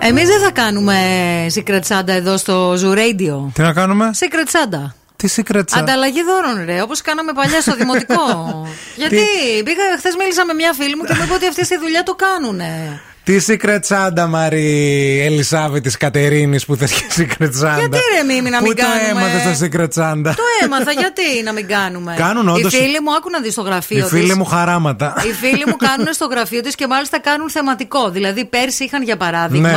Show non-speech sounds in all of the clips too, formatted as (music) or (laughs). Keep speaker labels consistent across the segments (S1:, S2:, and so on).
S1: Εμείς δεν θα κάνουμε secret Santa εδώ στο Zoo Radio.
S2: Τι να κάνουμε?
S1: Secret Santa.
S2: Τι secret Santa.
S1: Ανταλλαγή δώρων, ρε, όπως κάναμε παλιά στο
S2: (laughs)
S1: δημοτικό. Γιατί πήγα, χθες μίλησα με μια φίλη μου και μου είπε ότι αυτή στη δουλειά το κάνουνε.
S2: Τι secret Santa, Μαρή Ελισάβη της Κατερίνης που θες και secret Santa.
S1: Γιατί ρε Μίμη να μην
S2: Πού
S1: κάνουμε.
S2: το έμαθες το secret Santa.
S1: Το έμαθα, γιατί να μην κάνουμε.
S2: Κάνουν όντως-
S1: Οι φίλοι μου, άκου να δεις στο
S2: Οι
S1: γραφείο
S2: φίλοι
S1: της.
S2: μου χαράματα.
S1: Οι φίλοι μου κάνουν στο γραφείο της και μάλιστα κάνουν θεματικό. Δηλαδή, πέρσι είχαν για παράδειγμα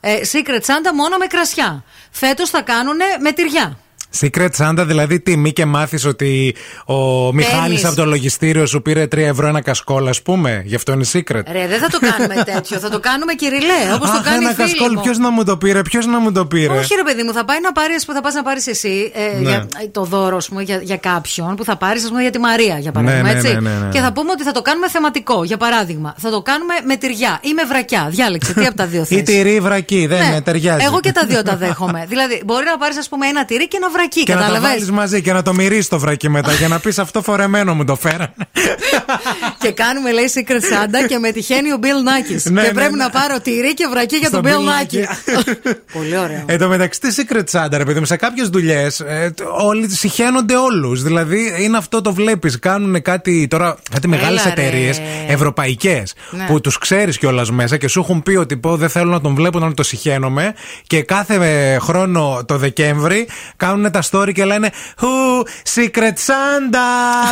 S2: Ναι.
S1: ε, Secret Santa μόνο με κρασιά. Φέτος θα κάνουν με τυριά.
S2: (laughs) Secret Santa, δηλαδή τι, μη και μάθεις ότι ο Μιχάλης από το λογιστήριο σου πήρε 3 ευρώ ένα κασκόλ, ας πούμε. Γι' αυτό είναι secret.
S1: Ρε, δεν θα το
S2: (laughs)
S1: κάνουμε τέτοιο. Θα το κάνουμε κυριλέ, όπω το
S2: Αχ,
S1: κάνει η
S2: ένα
S1: φίλη
S2: κασκόλ,
S1: μου.
S2: ποιος να μου το πήρε, ποιος να μου το πήρε.
S1: Όχι, ρε παιδί μου, θα πάει να πάρει που θα πας να πάρεις εσύ ε,
S2: Ε, Ναι.
S1: για, ε, το δώρο, ας πούμε, για, για κάποιον που θα πάρεις, ας πούμε, για τη Μαρία, για παράδειγμα.
S2: Ναι, ναι,
S1: έτσι.
S2: ναι, ναι, ναι.
S1: Και θα πούμε ότι θα το κάνουμε θεματικό. Για παράδειγμα, θα το κάνουμε με τυριά ή με βρακιά. Διάλεξε τι από τα δύο
S2: (laughs) Ή
S1: θες.
S2: τυρί βρακή, δεν
S1: Ναι.
S2: είναι, ταιριάζει.
S1: Εγώ και τα δύο τα δέχομαι. δηλαδή, μπορεί να πάρεις, ας πούμε, ένα τυρί και ένα βρακί.
S2: (laughs) Και να τα
S1: κατάλαβες?
S2: βάλεις μαζί και να το μυρίσει το βρακί μετά για να πεις αυτό φορεμένο μου το φέραν.
S1: και κάνουμε, λέει, Secret Santa και με τυχαίνει ο Bill Nackis.
S2: (laughs) Ναι,
S1: και
S2: ναι,
S1: πρέπει
S2: ναι.
S1: να πάρω τυρί και βρακί για
S2: Στον
S1: τον Bill
S2: Bill
S1: Nackis.
S2: Nackis.
S1: (laughs) Πολύ ωραίο.
S2: Εν τω μεταξύ, τι secret Santa, ρε παιδί μου, σε κάποιες δουλειές όλοι συχαίνονται όλους. Δηλαδή, είναι αυτό το βλέπεις. Κάνουν κάτι τώρα, κάτι μεγάλε
S1: Έλα, ρε.
S2: εταιρείες ευρωπαϊκές
S1: Ναι.
S2: που τους ξέρεις κιόλας μέσα και σου έχουν πει ότι πω, δεν θέλω να τον βλέπω να το συχαίνομαι. Και κάθε ε, χρόνο το Δεκέμβρη κάνουν τα story και λένε Χου, secret
S1: (laughs)
S2: Santa,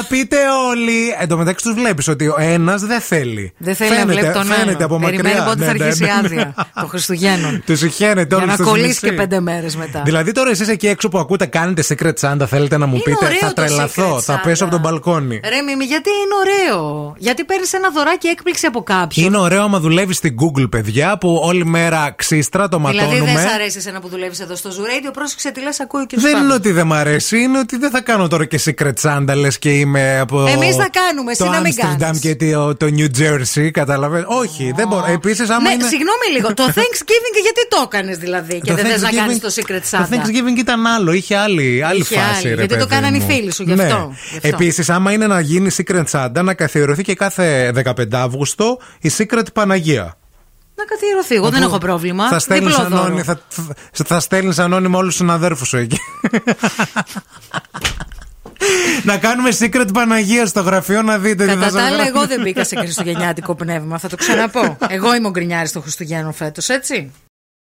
S2: πείτε όλοι. Εν τω μεταξύ, τους βλέπεις ότι ο ένας δεν θέλει.
S1: Δεν θέλει να
S2: Φαίνεται-
S1: βλέπει τον
S2: φαίνεται
S1: άλλον.
S2: από μακριά.
S1: Περιμένει πότε
S2: Ναι,
S1: θα
S2: ναι,
S1: αρχίσει η
S2: ναι, ναι.
S1: άδεια των Χριστουγέννων.
S2: Τους συχαίνεται
S1: Για
S2: όλους
S1: να
S2: Ε, στο
S1: κολλήσει
S2: νησί.
S1: και πέντε μέρες μετά.
S2: Δηλαδή τώρα εσείς εκεί έξω που ακούτε κάνετε secret Santa, θέλετε να μου
S1: Είναι
S2: πείτε,
S1: ωραίο
S2: θα
S1: το
S2: τρελαθώ,
S1: Secret
S2: θα
S1: Santa. Ε,
S2: πέσω από τον μπαλκόνι.
S1: Ρε Μίμη, γιατί είναι ωραίο. Γιατί παίρνεις ένα δωράκι έκπληξη από κάποιον.
S2: Είναι ωραίο άμα δουλεύεις στην Google, παιδιά, που όλη μέρα ξύστρα το
S1: Δηλαδή
S2: ματώνουμε.
S1: δεν σ' αρέσει ένα που δουλεύεις εδώ στο Zoo Radio, πρόσεξε τι λες, ακούει και
S2: Δεν
S1: σου
S2: είναι ότι δεν μ' αρέσει, είναι ότι δεν θα κάνω τώρα και secret Santa, λες και είμαι από.
S1: Εμείς θα κάνουμε, εσύ
S2: το
S1: να μην
S2: Amsterdam
S1: κάνεις.
S2: και το, το New Jersey, κατάλαβες. Όχι, δεν μπορώ. Επίσης, άμα
S1: Ναι,
S2: είναι.
S1: συγγνώμη λίγο.
S2: (laughs)
S1: Το Thanksgiving και γιατί το έκανες δηλαδή και
S2: Το
S1: δεν θες να
S2: Thanksgiving-
S1: κάνεις το Secret Santa.
S2: Το Thanksgiving ήταν άλλο, είχε άλλη, άλλη
S1: Είχε
S2: φάση.
S1: άλλη,
S2: ρε
S1: γιατί το
S2: παιδί
S1: κάνανε οι
S2: μου.
S1: φίλοι σου, γι'
S2: Ναι.
S1: αυτό, γι' αυτό.
S2: Επίσης, άμα είναι να γίνει Secret Santa, να καθιερωθεί και κάθε 15 Αύγουστο η Secret Παναγία.
S1: Να καθιερωθεί. Εγώ δεν
S2: Όπου
S1: έχω πρόβλημα.
S2: Θα στέλνεις
S1: Διπλό δώρο.
S2: ανώνυμα, θα, θα στέλνεις ανώνυμα όλους τους συναδέρφους σου
S1: (laughs)
S2: εκεί. να κάνουμε Secret Παναγία στο γραφείο να δείτε τι
S1: Κατά
S2: θα σας
S1: τα άλλα,
S2: γράψει. (laughs)
S1: εγώ δεν μπήκα σε χριστουγεννιάτικο πνεύμα, θα το ξαναπώ. Εγώ είμαι ο γκρινιάρης των Χριστουγέννων φέτος, έτσι.